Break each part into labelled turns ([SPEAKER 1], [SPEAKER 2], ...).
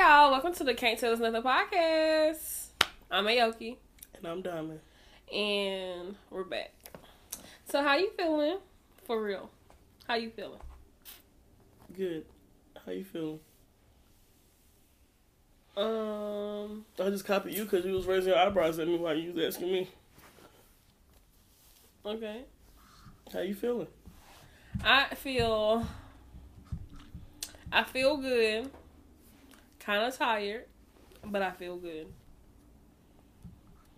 [SPEAKER 1] the Can't Tell Us Nothing podcast. I'm Aoki,
[SPEAKER 2] And I'm Diamond.
[SPEAKER 1] and we're back. So, how you feeling? For real, how you feeling?
[SPEAKER 2] Good. How you feeling?
[SPEAKER 1] Um,
[SPEAKER 2] I just copied you because you was raising your eyebrows at me while you was asking me.
[SPEAKER 1] okay.
[SPEAKER 2] How you feeling?
[SPEAKER 1] I feel, I feel good. Kind of tired, but I feel good.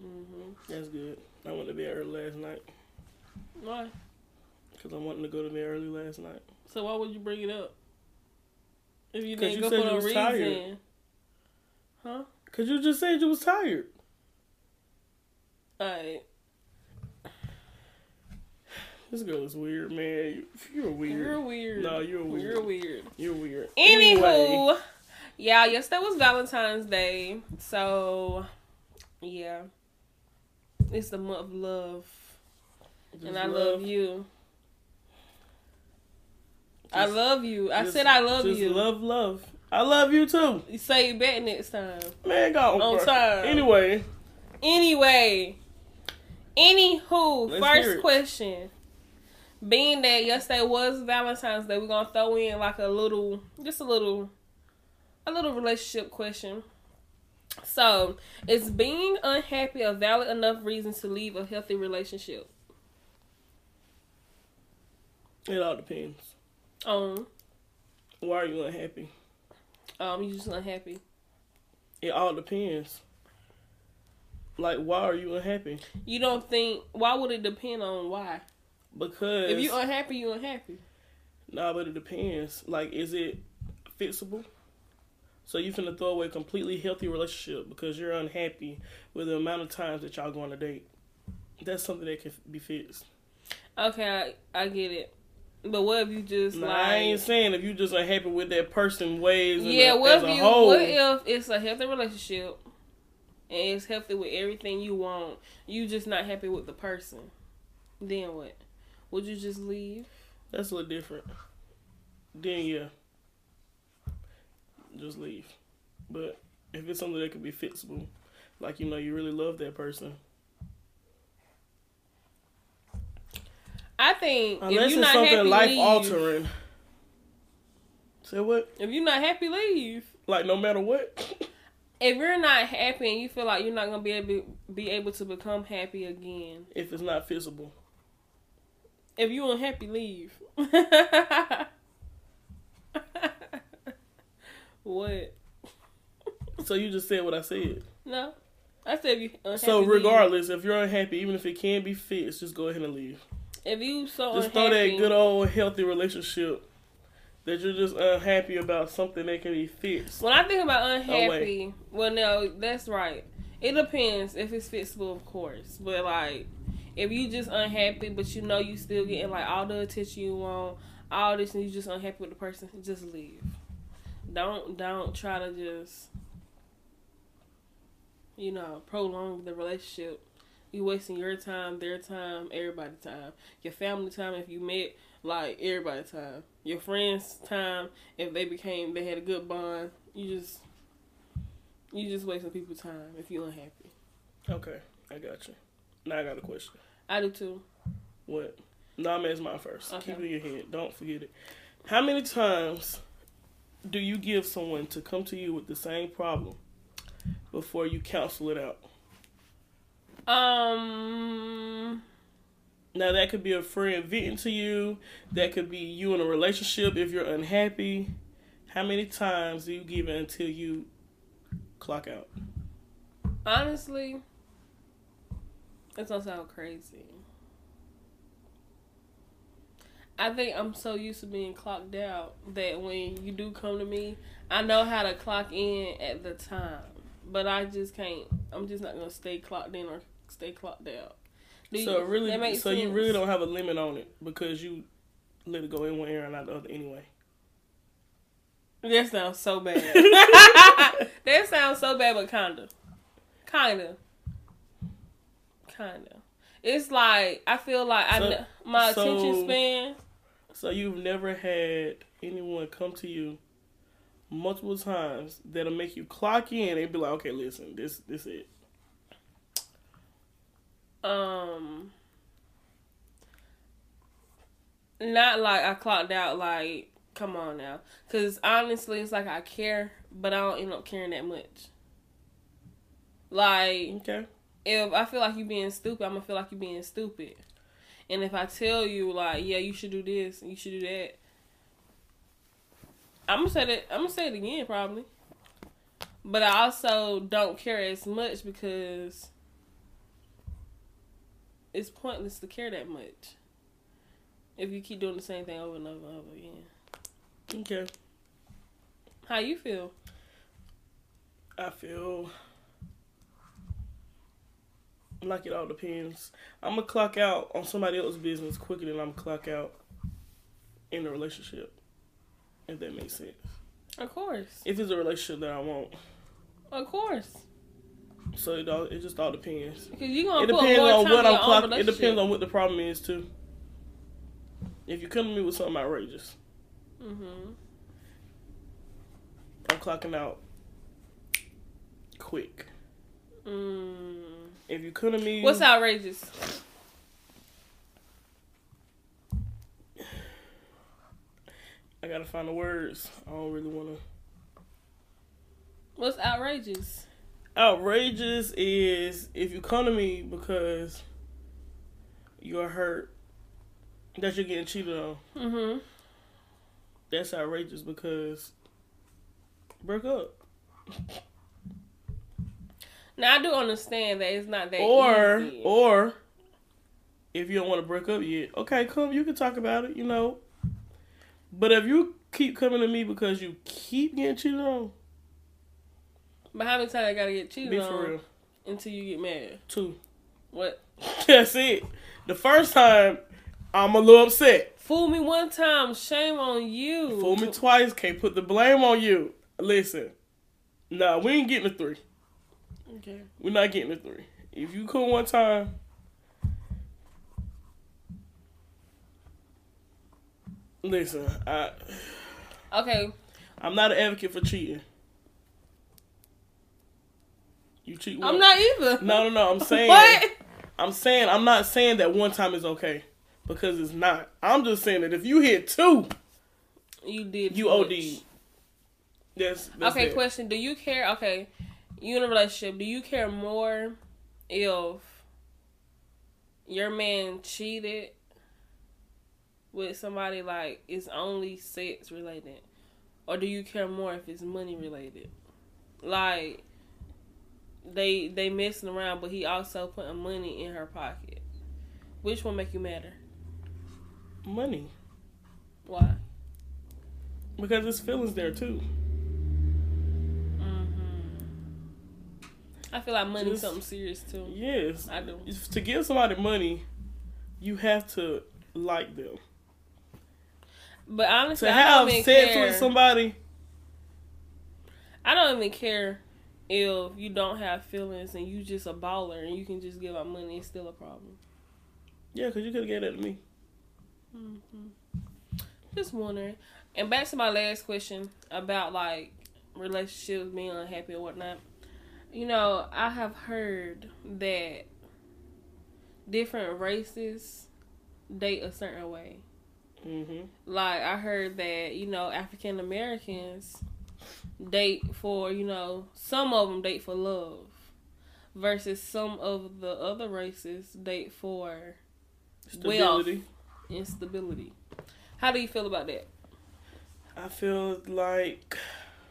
[SPEAKER 2] Mm-hmm. That's good. I went to bed early last night
[SPEAKER 1] Why?
[SPEAKER 2] because I wanted to go to bed early last night.
[SPEAKER 1] So why would you bring it up? If you
[SPEAKER 2] 'Cause
[SPEAKER 1] didn't
[SPEAKER 2] you
[SPEAKER 1] go
[SPEAKER 2] said
[SPEAKER 1] for
[SPEAKER 2] you
[SPEAKER 1] no
[SPEAKER 2] was
[SPEAKER 1] reason,
[SPEAKER 2] tired.
[SPEAKER 1] huh?
[SPEAKER 2] Because you just said you was tired.
[SPEAKER 1] Alright.
[SPEAKER 2] This girl is weird, man. You, you're weird.
[SPEAKER 1] You're weird.
[SPEAKER 2] No, you're weird.
[SPEAKER 1] You're weird.
[SPEAKER 2] You're weird.
[SPEAKER 1] Anywho,
[SPEAKER 2] Anyway,
[SPEAKER 1] yeah, yesterday was Valentine's Day, so yeah, it's the month of love,
[SPEAKER 2] just
[SPEAKER 1] and I love, you. I
[SPEAKER 2] Just-
[SPEAKER 1] love you. I
[SPEAKER 2] just-
[SPEAKER 1] said I love
[SPEAKER 2] just
[SPEAKER 1] you.
[SPEAKER 2] love, love. I love you too.
[SPEAKER 1] You Say it back next time.
[SPEAKER 2] Man, go
[SPEAKER 1] On
[SPEAKER 2] bruh.
[SPEAKER 1] time.
[SPEAKER 2] Anyway,
[SPEAKER 1] Anyway, anywho,
[SPEAKER 2] Let's hear
[SPEAKER 1] first
[SPEAKER 2] it.
[SPEAKER 1] question. Being that yesterday was Valentine's Day, we're gonna throw in like a little, just a little, a little relationship question. So, is being unhappy a valid enough reason to leave a healthy relationship?
[SPEAKER 2] it all depends.
[SPEAKER 1] Um,
[SPEAKER 2] Why are you unhappy?
[SPEAKER 1] um, you just unhappy.
[SPEAKER 2] It all depends. Like, why are you unhappy?
[SPEAKER 1] You don't think? Why would it depend on why?
[SPEAKER 2] Because
[SPEAKER 1] If you unhappy, you unhappy.
[SPEAKER 2] Nah, but it depends. Like, is it fixable? So you finna throw away a completely healthy relationship because you're unhappy with the amount of times that y'all go on a date. That's something that can be fixed.
[SPEAKER 1] Okay, I, I get it. But what if you just
[SPEAKER 2] Nah,
[SPEAKER 1] like
[SPEAKER 2] I ain't saying if you just unhappy with that person ways and
[SPEAKER 1] Yeah,
[SPEAKER 2] a,
[SPEAKER 1] what
[SPEAKER 2] as a
[SPEAKER 1] if you
[SPEAKER 2] whole.
[SPEAKER 1] what if it's a healthy relationship and it's healthy with everything you want, you just not happy with the person. Then what? Would you just leave?
[SPEAKER 2] That's a little different. Then yeah, just leave. But if it's something that could be fixable, like you know you really love that person,
[SPEAKER 1] I think if
[SPEAKER 2] unless
[SPEAKER 1] you're
[SPEAKER 2] it's
[SPEAKER 1] not happy,
[SPEAKER 2] something life
[SPEAKER 1] leave.
[SPEAKER 2] altering. Say what?
[SPEAKER 1] If you're not happy, leave.
[SPEAKER 2] Like no matter what.
[SPEAKER 1] If you're not happy and you feel like you're not gonna be able be able to become happy again,
[SPEAKER 2] if it's not feasible.
[SPEAKER 1] if you unhappy, leave. what?
[SPEAKER 2] So you just said what I said.
[SPEAKER 1] No, I said if you unhappy.
[SPEAKER 2] so
[SPEAKER 1] leave.
[SPEAKER 2] regardless, if you're unhappy, even if it can be fixed, just go ahead and leave.
[SPEAKER 1] if you so
[SPEAKER 2] just
[SPEAKER 1] unhappy,
[SPEAKER 2] throw that good old healthy relationship that you're just unhappy about something that can be fixed.
[SPEAKER 1] When I think about unhappy,
[SPEAKER 2] wait.
[SPEAKER 1] well, no, that's right. It depends if it's fixable, of course. But like, if you just unhappy, but you know you still getting like all the attention you want, all this, and you just unhappy with the person, just leave. Don't don't try to just, you know, prolong the relationship. You wasting your time, their time, everybody's time, your family time if you met, like everybody's time, your friends' time if they became they had a good bond. You just you just wasting people's time if you unhappy.
[SPEAKER 2] Okay, I got you. Now I got a question.
[SPEAKER 1] I do too.
[SPEAKER 2] What? No, I'm asking mine first.
[SPEAKER 1] Okay.
[SPEAKER 2] Keep it in your head. Don't forget it. How many times do you give someone to come to you with the same problem before you counsel it out?
[SPEAKER 1] Um,
[SPEAKER 2] Now that could be a friend venting to you. That could be you in a relationship if you're unhappy. How many times do you give it until you clock out?
[SPEAKER 1] honestly, that's gonna sound crazy. I think I'm so used to being clocked out that when you do come to me, I know how to clock in at the time. But I just can't. I'm just not gonna stay clocked in or stay clocked out. Do you-
[SPEAKER 2] so it really,
[SPEAKER 1] that makes
[SPEAKER 2] so you
[SPEAKER 1] sense?
[SPEAKER 2] really don't have a limit on it because you let it go in one ear and out the other anyway.
[SPEAKER 1] That sounds so bad. that sounds so bad, but kinda, kinda, kinda. It's like I feel like I
[SPEAKER 2] So-
[SPEAKER 1] kn- my
[SPEAKER 2] so-
[SPEAKER 1] attention span.
[SPEAKER 2] So you've never had anyone come to you multiple times that'll make you clock in and be like, okay, listen, this this it.
[SPEAKER 1] Um, not like I clocked out. Like, come on now, because honestly, it's like I care, but I don't end up caring that much. Like,
[SPEAKER 2] Okay.
[SPEAKER 1] if I feel like you being stupid, I'm gonna feel like you being stupid. And if I tell you like, yeah, you should do this, you should do that, I'm gonna say that. I'm gonna say it again probably. But I also don't care as much because it's pointless to care that much if you keep doing the same thing over and over and over again.
[SPEAKER 2] Okay.
[SPEAKER 1] How you feel?
[SPEAKER 2] I feel like it all depends. I'm gonna clock out on somebody else's business quicker than I'm clock out in a relationship, if that makes sense.
[SPEAKER 1] Of course,
[SPEAKER 2] If it's a relationship that I want,
[SPEAKER 1] of course,
[SPEAKER 2] so it all it just all depends.
[SPEAKER 1] because you gonna
[SPEAKER 2] it
[SPEAKER 1] put
[SPEAKER 2] depends
[SPEAKER 1] more
[SPEAKER 2] on
[SPEAKER 1] time
[SPEAKER 2] what
[SPEAKER 1] in
[SPEAKER 2] I'm
[SPEAKER 1] your own
[SPEAKER 2] clocking. It
[SPEAKER 1] relationship.
[SPEAKER 2] depends on what the problem is too. If you come to me with something outrageous,
[SPEAKER 1] Mm-hmm.
[SPEAKER 2] I'm clocking out quick.
[SPEAKER 1] Mm.
[SPEAKER 2] If you come to me,
[SPEAKER 1] What's outrageous?
[SPEAKER 2] I gotta find the words. I don't really wanna.
[SPEAKER 1] What's outrageous?
[SPEAKER 2] outrageous is if you come to me because you're hurt that you're getting cheated on.
[SPEAKER 1] Mm-hmm.
[SPEAKER 2] That's outrageous because break up.
[SPEAKER 1] Now I do understand that it's not that
[SPEAKER 2] or
[SPEAKER 1] easy.
[SPEAKER 2] or if you don't want to break up yet, okay, come you can talk about it, you know. But if you keep coming to me because you keep getting cheated on,
[SPEAKER 1] but how many times I gotta get cheated
[SPEAKER 2] be
[SPEAKER 1] on
[SPEAKER 2] for real.
[SPEAKER 1] until you get mad?
[SPEAKER 2] Two.
[SPEAKER 1] What?
[SPEAKER 2] That's it. The first time I'm a little upset.
[SPEAKER 1] Fool me one time, shame on you.
[SPEAKER 2] Fool me twice, can't put the blame on you. Listen, nah, we ain't getting a three.
[SPEAKER 1] Okay.
[SPEAKER 2] We're not getting a three. If you come one time, listen, I
[SPEAKER 1] Okay.
[SPEAKER 2] I'm not an advocate for cheating. You cheat.
[SPEAKER 1] I'm
[SPEAKER 2] once-
[SPEAKER 1] not either.
[SPEAKER 2] No, no, no. I'm saying.
[SPEAKER 1] What?
[SPEAKER 2] I'm saying. I'm not saying that one time is okay because it's not. I'm just saying that if you hit two,
[SPEAKER 1] You did.
[SPEAKER 2] you
[SPEAKER 1] too
[SPEAKER 2] OD.
[SPEAKER 1] much.
[SPEAKER 2] That's, that's
[SPEAKER 1] okay,
[SPEAKER 2] it.
[SPEAKER 1] question. Do you care? Okay, you in a relationship. Do you care more if your man cheated with somebody like it's only sex related, or do you care more if it's money related? Like they they messing around, but he also putting money in her pocket. Which one make you madder?
[SPEAKER 2] Money.
[SPEAKER 1] Why?
[SPEAKER 2] Because there's feelings there too.
[SPEAKER 1] hmm I feel like money's
[SPEAKER 2] Just-
[SPEAKER 1] something serious too.
[SPEAKER 2] Yes.
[SPEAKER 1] I do.
[SPEAKER 2] If- to give somebody money, you have to like them.
[SPEAKER 1] But honestly,
[SPEAKER 2] to
[SPEAKER 1] I
[SPEAKER 2] have
[SPEAKER 1] don't even
[SPEAKER 2] sex
[SPEAKER 1] care.
[SPEAKER 2] with somebody,
[SPEAKER 1] I don't even care if you don't have feelings and you just a baller and you can just give out money. It's still a problem.
[SPEAKER 2] yeah, because you could have gave that to me. Mm-hmm.
[SPEAKER 1] Just wondering. And back to my last question about like relationships being unhappy or whatnot. You know, I have heard that different races date a certain way.
[SPEAKER 2] Mm-hmm.
[SPEAKER 1] like I heard that you know African Americans date for you know some of them date for love versus some of the other races date for
[SPEAKER 2] Stability.
[SPEAKER 1] instability. How do you feel about that?
[SPEAKER 2] I feel like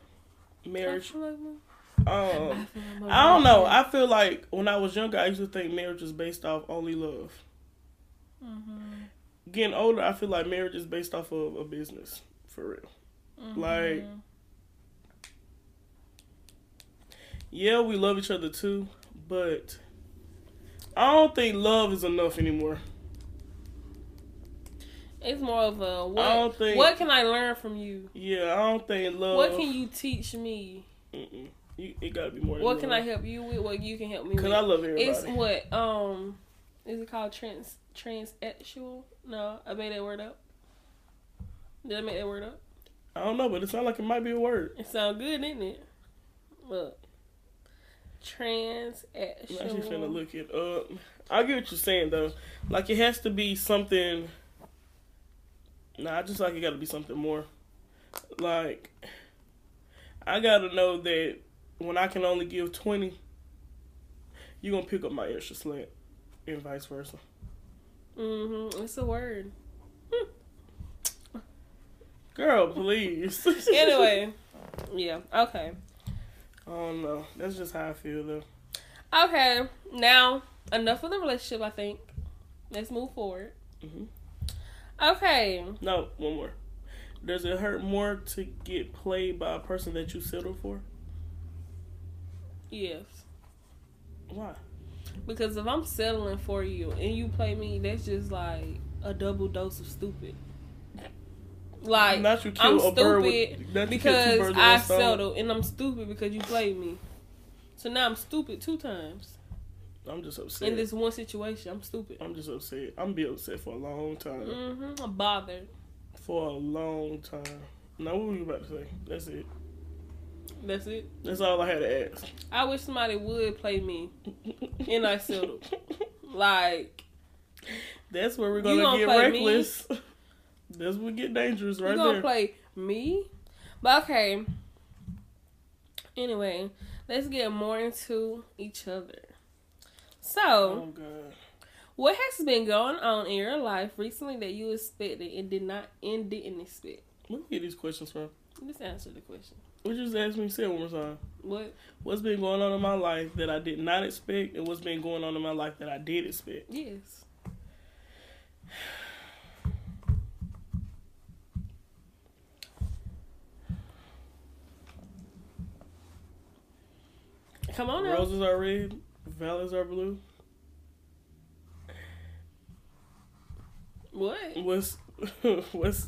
[SPEAKER 2] marriage. Um, I
[SPEAKER 1] I
[SPEAKER 2] don't know. I feel like when I was younger, I used to think marriage was based off only love.
[SPEAKER 1] Mhm.
[SPEAKER 2] Getting older, I feel like marriage is based off of a business, for real. Like,
[SPEAKER 1] Mhm.
[SPEAKER 2] yeah, we love each other too, but I don't think love is enough anymore.
[SPEAKER 1] it's more of a what,
[SPEAKER 2] I don't think. Oh.
[SPEAKER 1] what can I learn from you?
[SPEAKER 2] Yeah, I don't think love.
[SPEAKER 1] What can you teach me?
[SPEAKER 2] Mm-mm. You, it gotta be more. Than
[SPEAKER 1] What can I help you with? What you can help me with?
[SPEAKER 2] Because I love everybody.
[SPEAKER 1] It's what um, is it called trans transsexual? No, I made that word up. Did I make that word up?
[SPEAKER 2] I don't know, but it sounds like it might be a word.
[SPEAKER 1] It sounds good, didn't it? Look. Transaction.
[SPEAKER 2] I'm actually finna look it up. I get what you're saying though. Like it has to be something. Nah, I just like it got to be something more. Like I gotta know that when I can only give twenty, you gonna pick up my extra slant, and vice versa.
[SPEAKER 1] Mm-hmm. It's a word.
[SPEAKER 2] Girl, please.
[SPEAKER 1] anyway. Yeah. Okay.
[SPEAKER 2] I don't know. That's just how I feel though.
[SPEAKER 1] Okay. Now, enough of the relationship, I think. Let's move forward.
[SPEAKER 2] hmm
[SPEAKER 1] Okay.
[SPEAKER 2] No, one more. Does it hurt more to get played by a person that you settled for?
[SPEAKER 1] Yes.
[SPEAKER 2] Why?
[SPEAKER 1] Because if I'm settling for you and you play me, that's just like a double dose of stupid. Like
[SPEAKER 2] Not you kill
[SPEAKER 1] I'm
[SPEAKER 2] a bird with-
[SPEAKER 1] stupid
[SPEAKER 2] not you kill two birds
[SPEAKER 1] because
[SPEAKER 2] with
[SPEAKER 1] I
[SPEAKER 2] one stone.
[SPEAKER 1] settled and I'm stupid because you played me. So now I'm stupid two times
[SPEAKER 2] I'm just upset.
[SPEAKER 1] in this one situation. I'm stupid.
[SPEAKER 2] I'm just upset. I'm be upset for a long time.
[SPEAKER 1] Mm-hmm. I'm bothered.
[SPEAKER 2] For a long time. Now what were you about to say? That's it.
[SPEAKER 1] That's it.
[SPEAKER 2] That's all I had to ask.
[SPEAKER 1] I wish somebody would play me and I settled. Like
[SPEAKER 2] That's where we're
[SPEAKER 1] You
[SPEAKER 2] gonna,
[SPEAKER 1] gonna
[SPEAKER 2] get
[SPEAKER 1] play me?
[SPEAKER 2] reckless. That's what get dangerous right
[SPEAKER 1] you gonna
[SPEAKER 2] there.
[SPEAKER 1] play me? But okay. Anyway, let's get more into each other.
[SPEAKER 2] oh
[SPEAKER 1] So,
[SPEAKER 2] god.
[SPEAKER 1] what has been going on in your life recently that you expected and did not and didn't expect?
[SPEAKER 2] Where you get these questions from?
[SPEAKER 1] Just answer the question.
[SPEAKER 2] What you just asked me? Say it one more time.
[SPEAKER 1] What?
[SPEAKER 2] What's been going on in my life that I did not expect, and what's been going on in my life that I did expect?
[SPEAKER 1] Yes. Come on now.
[SPEAKER 2] Roses are red, violets are blue.
[SPEAKER 1] What?
[SPEAKER 2] What's what's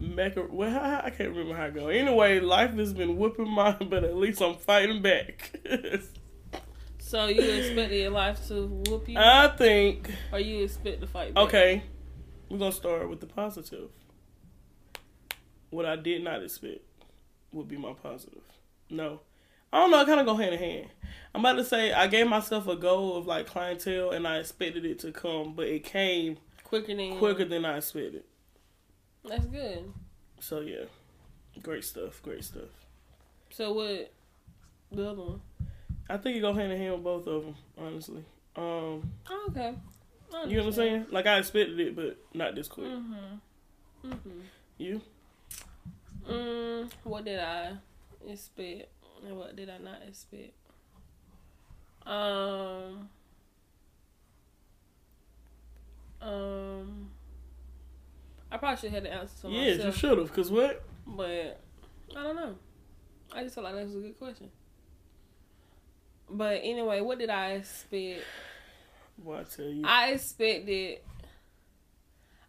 [SPEAKER 2] macar? Well, I, I can't remember how it go. Anyway, life has been whooping my, but at least I'm fighting back.
[SPEAKER 1] So you expected your life to whoop you,
[SPEAKER 2] I think.
[SPEAKER 1] or you expect to fight? Back?
[SPEAKER 2] Uh, Okay, we're gonna start with the positive. What I did not expect would be my positive. No, I don't know. I kind of go hand in hand. I'm about to say I gave myself a goal of like clientele, and I expected it to come, but it came
[SPEAKER 1] quicker than
[SPEAKER 2] quicker than I expected.
[SPEAKER 1] That's good.
[SPEAKER 2] So yeah, great stuff. Great stuff.
[SPEAKER 1] So what? The other one.
[SPEAKER 2] I think it go hand in hand with both of them, honestly. Um,
[SPEAKER 1] Oh, okay. I
[SPEAKER 2] you know what I'm saying? Like I expected it, but not this quick.
[SPEAKER 1] Mm-hmm. Mm-hmm.
[SPEAKER 2] You?
[SPEAKER 1] Mm, what did I expect, and what did I not expect? Um. Um. I probably should have had the answer to
[SPEAKER 2] yes, you
[SPEAKER 1] myself,
[SPEAKER 2] should have. Cause what?
[SPEAKER 1] but I don't know. I just felt like that was a good question. But anyway, what did I expect?
[SPEAKER 2] Well, I tell you.
[SPEAKER 1] I expected.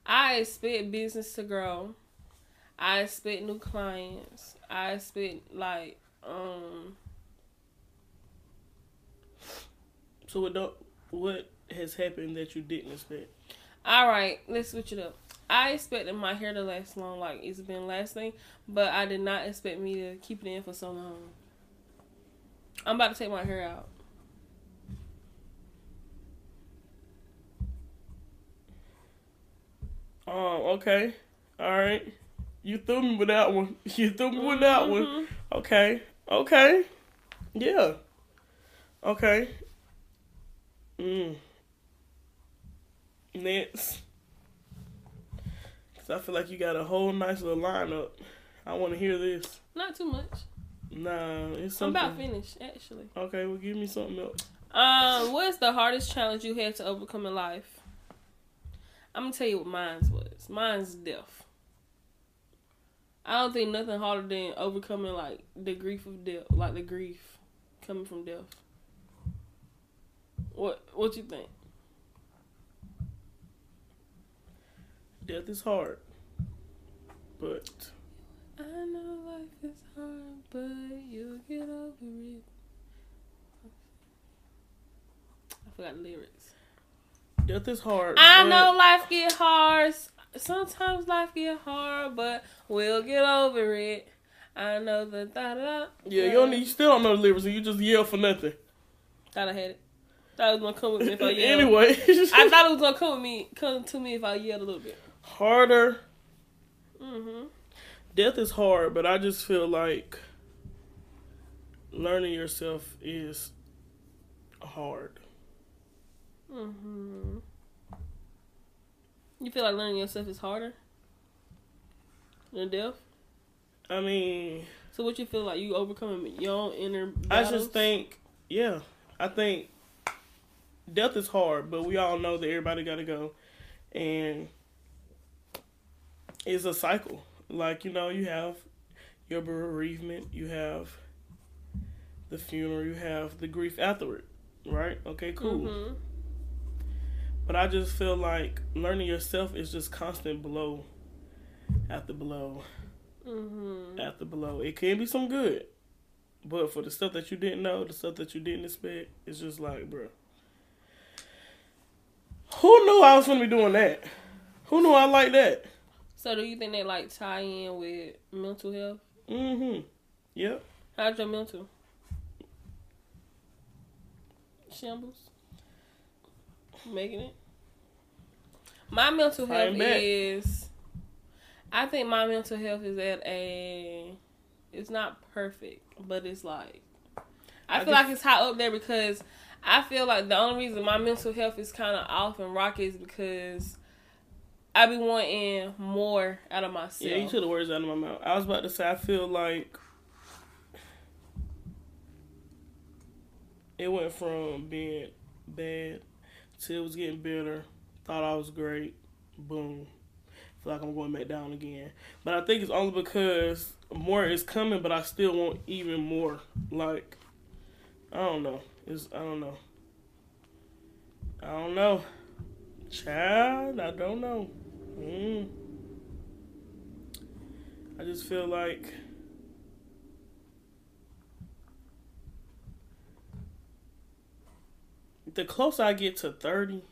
[SPEAKER 1] I expect business to grow. I expect new clients. I expect like um
[SPEAKER 2] So what don't, what has happened that you didn't expect?
[SPEAKER 1] all right, let's switch it up. I expected my hair to last long, like it's been lasting, but I did not expect me to keep it in for so long. I'm about to take my hair out.
[SPEAKER 2] Oh, okay. All right. You threw me with that one. You threw me with that one.
[SPEAKER 1] Mhm.
[SPEAKER 2] Okay. Okay. Yeah. Okay. Mm. Next. Cause I feel like you got a whole nice little lineup. I want to hear this.
[SPEAKER 1] Not too much.
[SPEAKER 2] Nah, it's
[SPEAKER 1] I'm
[SPEAKER 2] something.
[SPEAKER 1] about finished, actually.
[SPEAKER 2] okay, well, give me something else.
[SPEAKER 1] Um, what is the hardest challenge you had to overcome in life? I'm gonna tell you what mine's was. Mine's death. I don't think nothing harder than overcoming like the grief of death, like the grief coming from death. What What you think?
[SPEAKER 2] Death is hard, but
[SPEAKER 1] I know life is hard, but you'll get over it. I forgot the lyrics.
[SPEAKER 2] death is hard.
[SPEAKER 1] I
[SPEAKER 2] but-
[SPEAKER 1] know life get hard. Sometimes life get hard, but we'll get over it. I know the da da.
[SPEAKER 2] Yeah, you don't need, you still don't know the lyrics, and you just yell for nothing.
[SPEAKER 1] Thought I had it. Thought it was gonna come with me if I yelled.
[SPEAKER 2] anyway,
[SPEAKER 1] I thought it was gonna come with me, come to me if I yelled a little bit.
[SPEAKER 2] harder.
[SPEAKER 1] Mm-hmm.
[SPEAKER 2] Death is hard, but I just feel like learning yourself is hard.
[SPEAKER 1] Mm-hmm. You feel like learning yourself is harder than death.
[SPEAKER 2] I mean,
[SPEAKER 1] So what you feel like you overcoming your own inner?
[SPEAKER 2] I
[SPEAKER 1] battles?
[SPEAKER 2] just think, yeah, I think death is hard, but we all know that everybody got to go, and it's a cycle. Like you know, you have your bereavement, you have the funeral, you have the grief afterward, right? Okay, cool.
[SPEAKER 1] Mhm.
[SPEAKER 2] But I just feel like learning yourself is just constant blow after blow
[SPEAKER 1] Mhm.
[SPEAKER 2] after blow. It can be some good, but for the stuff that you didn't know, the stuff that you didn't expect, it's just like, bro. Who knew I was gonna be doing that? Who knew I like that?
[SPEAKER 1] So do you think they like tie in with mental health?
[SPEAKER 2] Mm-hmm. Yep.
[SPEAKER 1] How's your mental? Shambles. Making it. My mental
[SPEAKER 2] Fighting
[SPEAKER 1] health
[SPEAKER 2] back.
[SPEAKER 1] is. I think my mental health is at a. It's not perfect, but it's like. I,
[SPEAKER 2] I
[SPEAKER 1] feel
[SPEAKER 2] just-
[SPEAKER 1] like it's high up there because I feel like the only reason my mental health is kind of off and rocky is because I be wanting more out of myself.
[SPEAKER 2] Yeah, you took the words out of my mouth. I was about to say I feel like it went from being bad to it was getting better. Thought I was great. Boom. Feel like I'm going back down again. But I think it's only because more is coming, but I still want even more. Like I don't know. It's I don't know. I don't know. Child, I don't know. Mm. I just feel like the closer I get to 30,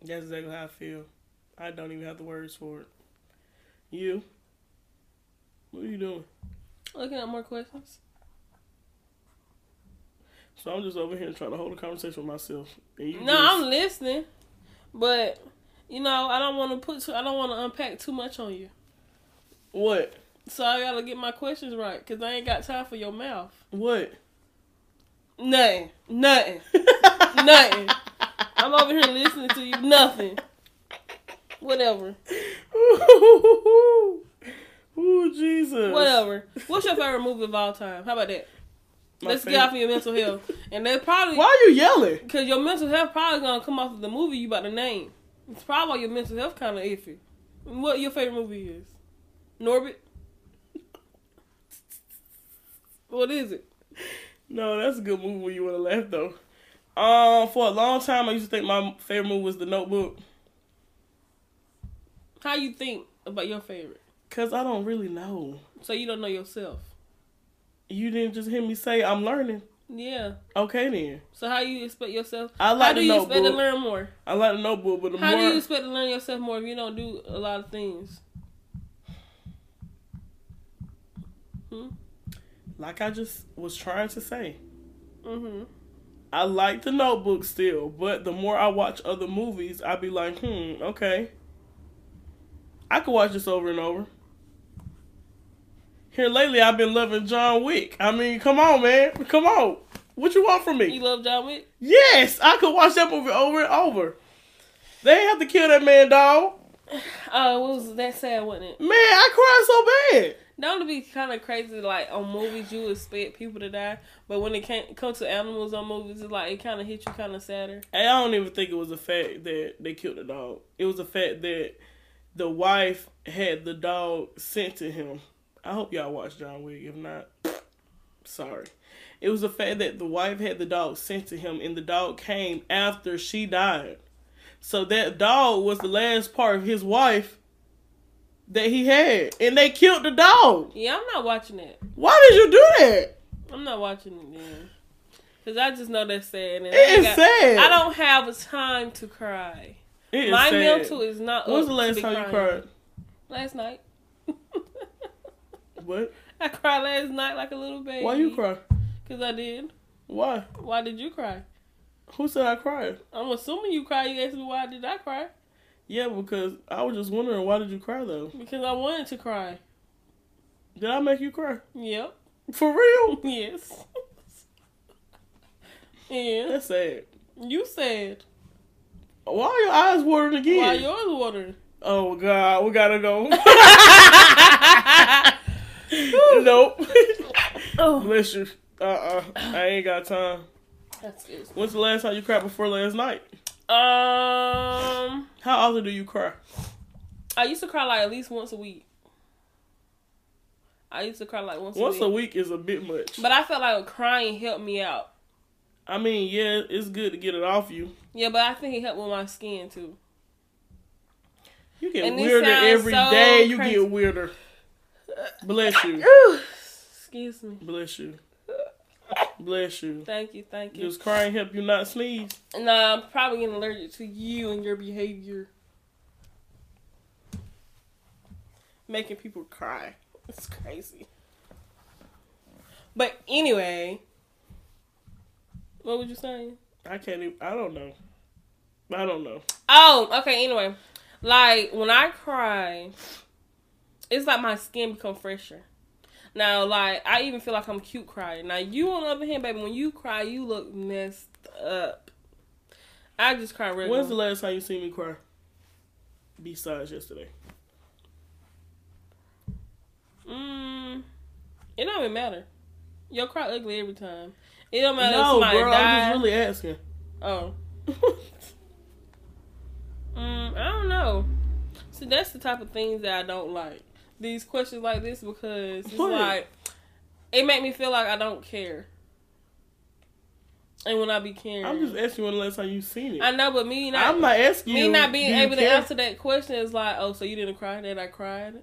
[SPEAKER 2] that's exactly how I feel. I don't even have the words for it. You? What are you doing?
[SPEAKER 1] Looking at more questions.
[SPEAKER 2] So I'm just over here trying to hold a conversation with myself. And you
[SPEAKER 1] No,
[SPEAKER 2] just-
[SPEAKER 1] I'm listening, but you know I don't want to put too, I don't want to unpack too much on you.
[SPEAKER 2] What?
[SPEAKER 1] So I gotta get my questions right because I ain't got time for your mouth.
[SPEAKER 2] What?
[SPEAKER 1] Nothing, nothing, nothing. I'm over here listening to you. Nothing. Whatever,
[SPEAKER 2] Ooh, Jesus.
[SPEAKER 1] whatever. What's your favorite movie of all time? How about that?
[SPEAKER 2] My
[SPEAKER 1] Let's
[SPEAKER 2] favorite-
[SPEAKER 1] get off of your mental health, and they probably
[SPEAKER 2] Why are you yelling?
[SPEAKER 1] because your mental health probably gonna come off of the movie you about to name. It's probably why your mental health kind of iffy. What your favorite movie is? Norbit. What is it?
[SPEAKER 2] No, that's a good movie when you would have left though. Um, for a long time, I used to think my favorite movie was The Notebook
[SPEAKER 1] How you think about your favorite?
[SPEAKER 2] because I don't really know.
[SPEAKER 1] So you don't know yourself.
[SPEAKER 2] You didn't just hear me say I'm learning.
[SPEAKER 1] Yeah.
[SPEAKER 2] Okay then,
[SPEAKER 1] So how you expect yourself?
[SPEAKER 2] I
[SPEAKER 1] How
[SPEAKER 2] like
[SPEAKER 1] do
[SPEAKER 2] The
[SPEAKER 1] you
[SPEAKER 2] Notebook.
[SPEAKER 1] expect to learn more?
[SPEAKER 2] I like The Notebook, but the
[SPEAKER 1] How do
[SPEAKER 2] more
[SPEAKER 1] you expect to learn yourself more if you don't do a lot of things? Hmm.
[SPEAKER 2] like I just was trying to say,
[SPEAKER 1] Mhm.
[SPEAKER 2] I like The Notebook still, but the more I watch other movies, I be like, hmm, okay. I could watch this over and over. Here lately, I've been loving John Wick. I mean, come on, man, come on. What you want from me?
[SPEAKER 1] You love John Wick?
[SPEAKER 2] Yes, I could watch that movie over and over. They ain't have to kill that man, dog.
[SPEAKER 1] Oh, what was that sad, wasn't it?
[SPEAKER 2] Man, I cried so bad.
[SPEAKER 1] That would be kind of crazy. Like on movies, you expect people to die, but when it can't come to animals on movies, it's like it kind of hits you kind of sadder.
[SPEAKER 2] And I don't even think it was the fact that they killed the dog. It was the fact that the wife had the dog sent to him. I hope y'all watched John Wick. If not, sorry. It was the fact that the wife had the dog sent to him, and the dog came after she died. So that dog was the last part of his wife that he had, and they killed the dog.
[SPEAKER 1] Yeah, I'm not watching that.
[SPEAKER 2] Why did you do that?
[SPEAKER 1] I'm not watching it. Then. Cause I just know that's sad. And I
[SPEAKER 2] It is
[SPEAKER 1] got-
[SPEAKER 2] sad.
[SPEAKER 1] I don't have a time to cry.
[SPEAKER 2] It is
[SPEAKER 1] My
[SPEAKER 2] sad.
[SPEAKER 1] mental is not.
[SPEAKER 2] When was
[SPEAKER 1] up
[SPEAKER 2] the
[SPEAKER 1] to
[SPEAKER 2] last
[SPEAKER 1] be
[SPEAKER 2] time you
[SPEAKER 1] crying.
[SPEAKER 2] cried?
[SPEAKER 1] Last night.
[SPEAKER 2] What?
[SPEAKER 1] I cried last night like a little baby.
[SPEAKER 2] Why you cry?
[SPEAKER 1] Cause I did.
[SPEAKER 2] Why?
[SPEAKER 1] Why did you cry?
[SPEAKER 2] Who said I cried?
[SPEAKER 1] I'm assuming you cried. You asked me why did I cry?
[SPEAKER 2] Yeah, because I was just wondering why did you cry though?
[SPEAKER 1] Because I wanted to cry.
[SPEAKER 2] Did I make you cry?
[SPEAKER 1] Yep.
[SPEAKER 2] For real?
[SPEAKER 1] Yes. yeah.
[SPEAKER 2] That's sad.
[SPEAKER 1] You said.
[SPEAKER 2] Why are your eyes watering again?
[SPEAKER 1] Why yours watering?
[SPEAKER 2] oh God, we gotta go. nope.
[SPEAKER 1] oh.
[SPEAKER 2] Bless you. Uh uh I ain't got time.
[SPEAKER 1] That's good.
[SPEAKER 2] When's the last time you cried before last night?
[SPEAKER 1] Um,
[SPEAKER 2] How often do you cry?
[SPEAKER 1] I used to cry like at least once a week. I used to cry like once,
[SPEAKER 2] Once
[SPEAKER 1] a
[SPEAKER 2] a
[SPEAKER 1] week.
[SPEAKER 2] week is a bit much.
[SPEAKER 1] But I felt like crying helped me out.
[SPEAKER 2] I mean, yeah, it's good to get it off you.
[SPEAKER 1] Yeah, but I think it helped with my skin too.
[SPEAKER 2] You get
[SPEAKER 1] And it
[SPEAKER 2] weirder
[SPEAKER 1] sounds
[SPEAKER 2] every day.
[SPEAKER 1] so
[SPEAKER 2] You
[SPEAKER 1] crazy.
[SPEAKER 2] get weirder. Bless you.
[SPEAKER 1] Excuse me.
[SPEAKER 2] Bless you. Bless you.
[SPEAKER 1] Thank you, thank you.
[SPEAKER 2] Does crying help you not sneeze?
[SPEAKER 1] Nah, I'm probably getting allergic to you and your behavior. Making people cry. It's crazy. But anyway, what was you saying?
[SPEAKER 2] I can't even. I don't know. I don't know.
[SPEAKER 1] Oh, okay, anyway. Like when I cry, it's like my skin become fresher. Now, like I even feel like I'm cute crying. Now you on the other hand, baby, when you cry, you look messed up. I just cry regular.
[SPEAKER 2] When's the last time you seen me cry? Besides yesterday.
[SPEAKER 1] Mm, it don't even matter. You'll cry ugly every time. It don't matter if
[SPEAKER 2] no,
[SPEAKER 1] somebody
[SPEAKER 2] girl.
[SPEAKER 1] die.
[SPEAKER 2] I'm just really asking.
[SPEAKER 1] Oh. mm, I don't know. See, that's the type of things that I don't like. These questions like this because it's
[SPEAKER 2] What?
[SPEAKER 1] like it make me feel like I don't care. And when I be caring,
[SPEAKER 2] I'm just asking when the last time you seen it.
[SPEAKER 1] I know, but me not
[SPEAKER 2] I'm not asking
[SPEAKER 1] me
[SPEAKER 2] you,
[SPEAKER 1] not being
[SPEAKER 2] do you
[SPEAKER 1] able to
[SPEAKER 2] care?
[SPEAKER 1] answer that question is like, oh, so you didn't cry that I cried?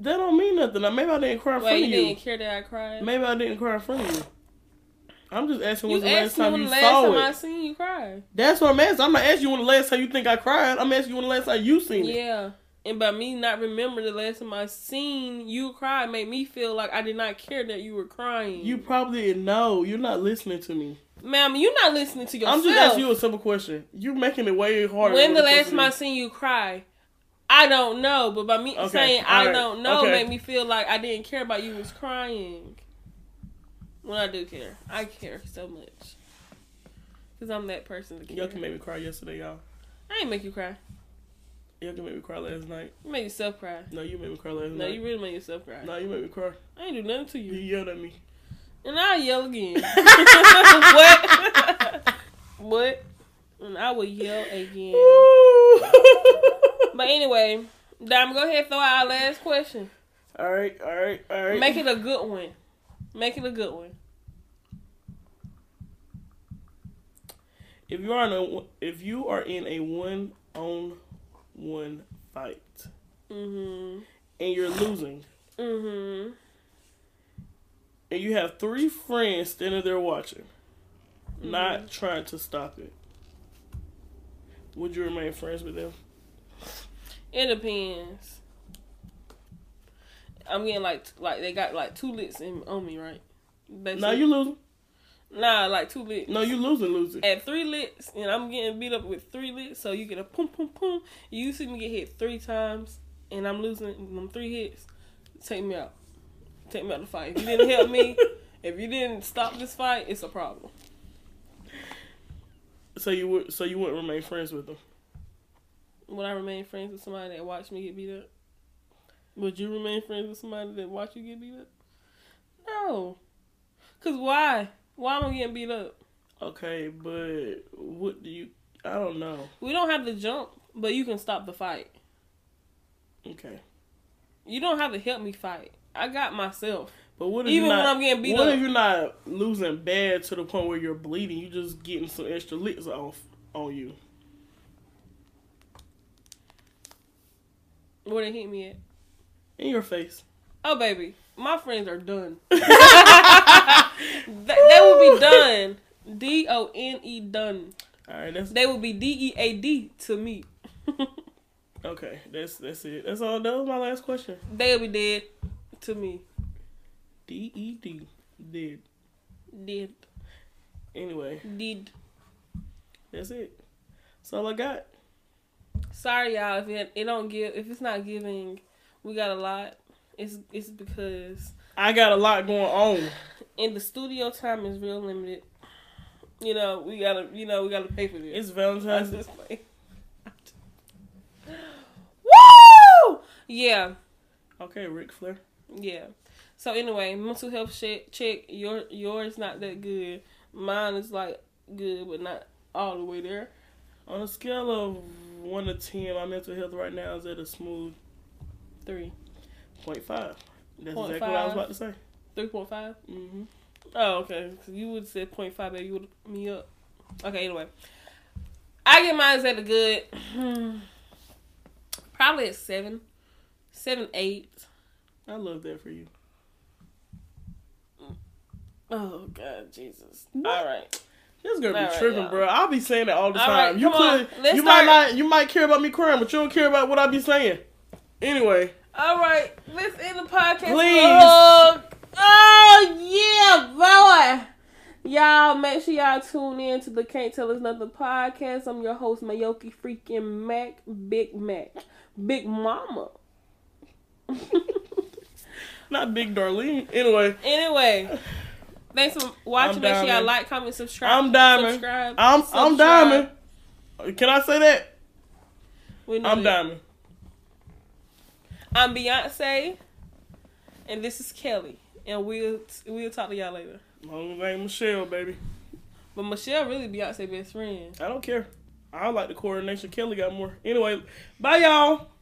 [SPEAKER 2] That don't mean nothing. Now, Maybe I didn't cry in front
[SPEAKER 1] Wait,
[SPEAKER 2] of
[SPEAKER 1] you
[SPEAKER 2] you.
[SPEAKER 1] didn't care that I cried?
[SPEAKER 2] Maybe I didn't cry in front of you. I'm just asking
[SPEAKER 1] you
[SPEAKER 2] when's the last
[SPEAKER 1] asked me
[SPEAKER 2] time
[SPEAKER 1] when
[SPEAKER 2] you
[SPEAKER 1] the last
[SPEAKER 2] saw
[SPEAKER 1] time
[SPEAKER 2] it.
[SPEAKER 1] I seen you cry.
[SPEAKER 2] That's what I'm asking. I'm not asking you when the last time you think I cried. I'm asking you when the last time you seen it.
[SPEAKER 1] Yeah. And by me not remembering the last time I seen you cry made me feel like I did not care that you were crying.
[SPEAKER 2] You probably didn't know. You're not listening to me.
[SPEAKER 1] ma'am, you're not listening to yourself.
[SPEAKER 2] I'm just asking you a simple question. You're making it way harder.
[SPEAKER 1] when
[SPEAKER 2] than
[SPEAKER 1] the last
[SPEAKER 2] it's supposed to
[SPEAKER 1] time I
[SPEAKER 2] be.
[SPEAKER 1] seen you cry, I don't know. But by me
[SPEAKER 2] Okay,
[SPEAKER 1] saying I
[SPEAKER 2] alright,
[SPEAKER 1] don't know
[SPEAKER 2] okay.
[SPEAKER 1] made me feel like I didn't care about you was crying. When I do care, I care so much because I'm that person to care.
[SPEAKER 2] Y'all can make me cry yesterday, y'all.
[SPEAKER 1] I ain't make you cry.
[SPEAKER 2] Y'all can make me cry last night.
[SPEAKER 1] You made yourself cry.
[SPEAKER 2] No, you made me cry last
[SPEAKER 1] No,
[SPEAKER 2] night.
[SPEAKER 1] you really made yourself cry.
[SPEAKER 2] no, you made me cry.
[SPEAKER 1] I ain't do nothing to you.
[SPEAKER 2] You yelled at me.
[SPEAKER 1] And I yell again. what? what? And I will yell again. But anyway, Dom, go ahead throw out our last question.
[SPEAKER 2] all right, all right, all right.
[SPEAKER 1] Make it a good one. Make it a good one.
[SPEAKER 2] If you are in a if you are in a one on one fight
[SPEAKER 1] Mm-hmm.
[SPEAKER 2] and you're losing
[SPEAKER 1] Mm-hmm.
[SPEAKER 2] and you have three friends standing there watching,
[SPEAKER 1] Mm-hmm.
[SPEAKER 2] not trying to stop it, would you remain friends with them?
[SPEAKER 1] It depends. I'm getting like like they got like two licks in on me, right? That's
[SPEAKER 2] No,
[SPEAKER 1] it.
[SPEAKER 2] you losing.
[SPEAKER 1] nah, like two licks.
[SPEAKER 2] No, you losing, losing.
[SPEAKER 1] at three licks, and I'm getting beat up with three licks. So you get a boom, boom, boom. You see me get hit three times, and I'm losing them three hits. Take me out. Take me out of the fight. If you didn't help me, if you didn't stop this fight, it's a problem.
[SPEAKER 2] So you would. So you wouldn't remain friends with them.
[SPEAKER 1] Would I remain friends with somebody that watched me get beat up? Would you remain friends with somebody that watched you get beat up? No. Cause why? Why am I getting beat up?
[SPEAKER 2] Okay, but what do you? I don't know.
[SPEAKER 1] We don't have to jump, but you can stop the fight.
[SPEAKER 2] Okay,
[SPEAKER 1] You don't have to help me fight. I got myself.
[SPEAKER 2] but what if
[SPEAKER 1] Even
[SPEAKER 2] you're
[SPEAKER 1] when
[SPEAKER 2] not,
[SPEAKER 1] I'm getting beat
[SPEAKER 2] what
[SPEAKER 1] up.
[SPEAKER 2] if you're not losing bad to the point where you're bleeding? You just getting some extra licks off on you.
[SPEAKER 1] Where they hit me at?
[SPEAKER 2] In your face.
[SPEAKER 1] Oh, baby, my friends are done. Th- they will be done. D O N E done.
[SPEAKER 2] All right, that's
[SPEAKER 1] They would be D E A D to me.
[SPEAKER 2] okay. That's that's it. That's all. That was my last question.
[SPEAKER 1] They'll be dead to me.
[SPEAKER 2] D E D did.
[SPEAKER 1] Did
[SPEAKER 2] Anyway,
[SPEAKER 1] did.
[SPEAKER 2] that's it. That's all I got.
[SPEAKER 1] Sorry y'all if it, it don't give if it's not giving we got a lot. It's it's because
[SPEAKER 2] I got a lot going on.
[SPEAKER 1] and the studio time is real limited. You know, we gotta you know, we gotta pay for this.
[SPEAKER 2] It's Valentine's. Day.
[SPEAKER 1] Woo! Yeah.
[SPEAKER 2] Okay, Ric Flair.
[SPEAKER 1] Yeah. So anyway, mental health shit check. Your yours not that good. Mine is like good, but not all the way there.
[SPEAKER 2] On a scale of one to ten, my mental health right now is at a smooth
[SPEAKER 1] Three,
[SPEAKER 2] point five. That's
[SPEAKER 1] Point
[SPEAKER 2] exactly what I was
[SPEAKER 1] five.
[SPEAKER 2] about to say.
[SPEAKER 1] three point five.
[SPEAKER 2] Mm-hmm.
[SPEAKER 1] Oh, okay. 'Cause you would say point five, baby. You would me up. Okay. Anyway, I get mine's at a good, probably at seven, seven eight.
[SPEAKER 2] I love that for you.
[SPEAKER 1] Oh God, Jesus.
[SPEAKER 2] What?
[SPEAKER 1] All right.
[SPEAKER 2] This girl be
[SPEAKER 1] All right,
[SPEAKER 2] tripping,
[SPEAKER 1] y'all.
[SPEAKER 2] bro. I'll be saying that all the
[SPEAKER 1] All
[SPEAKER 2] time.
[SPEAKER 1] right,
[SPEAKER 2] you
[SPEAKER 1] come on.
[SPEAKER 2] could,
[SPEAKER 1] Let's
[SPEAKER 2] you might
[SPEAKER 1] start.
[SPEAKER 2] not, you might care about me crying, but you don't care about what I be saying. Anyway,
[SPEAKER 1] All right. Let's end the podcast.
[SPEAKER 2] Please.
[SPEAKER 1] Oh, oh, yeah, boy. Y'all make sure y'all tune in to the Can't Tell Us Nothing podcast. I'm your host, Mayoki freaking Mac, Big Mac, Big Mama.
[SPEAKER 2] not big Darlene. Anyway,
[SPEAKER 1] Anyway, thanks for watching.
[SPEAKER 2] I'm
[SPEAKER 1] Make sure y'all
[SPEAKER 2] Diamond.
[SPEAKER 1] like, comment, subscribe.
[SPEAKER 2] I'm Diamond.
[SPEAKER 1] Subscribe.
[SPEAKER 2] I'm I'm
[SPEAKER 1] Subscribe.
[SPEAKER 2] Diamond. Can I say that?
[SPEAKER 1] We know
[SPEAKER 2] I'm
[SPEAKER 1] you.
[SPEAKER 2] Diamond.
[SPEAKER 1] I'm Beyonce, and this is Kelly. And we'll we'll talk to y'all later.
[SPEAKER 2] My name Michelle, baby.
[SPEAKER 1] But Michelle really Beyonce best friend.
[SPEAKER 2] I don't care. I like the coordination. Kelly got more. Anyway, bye y'all.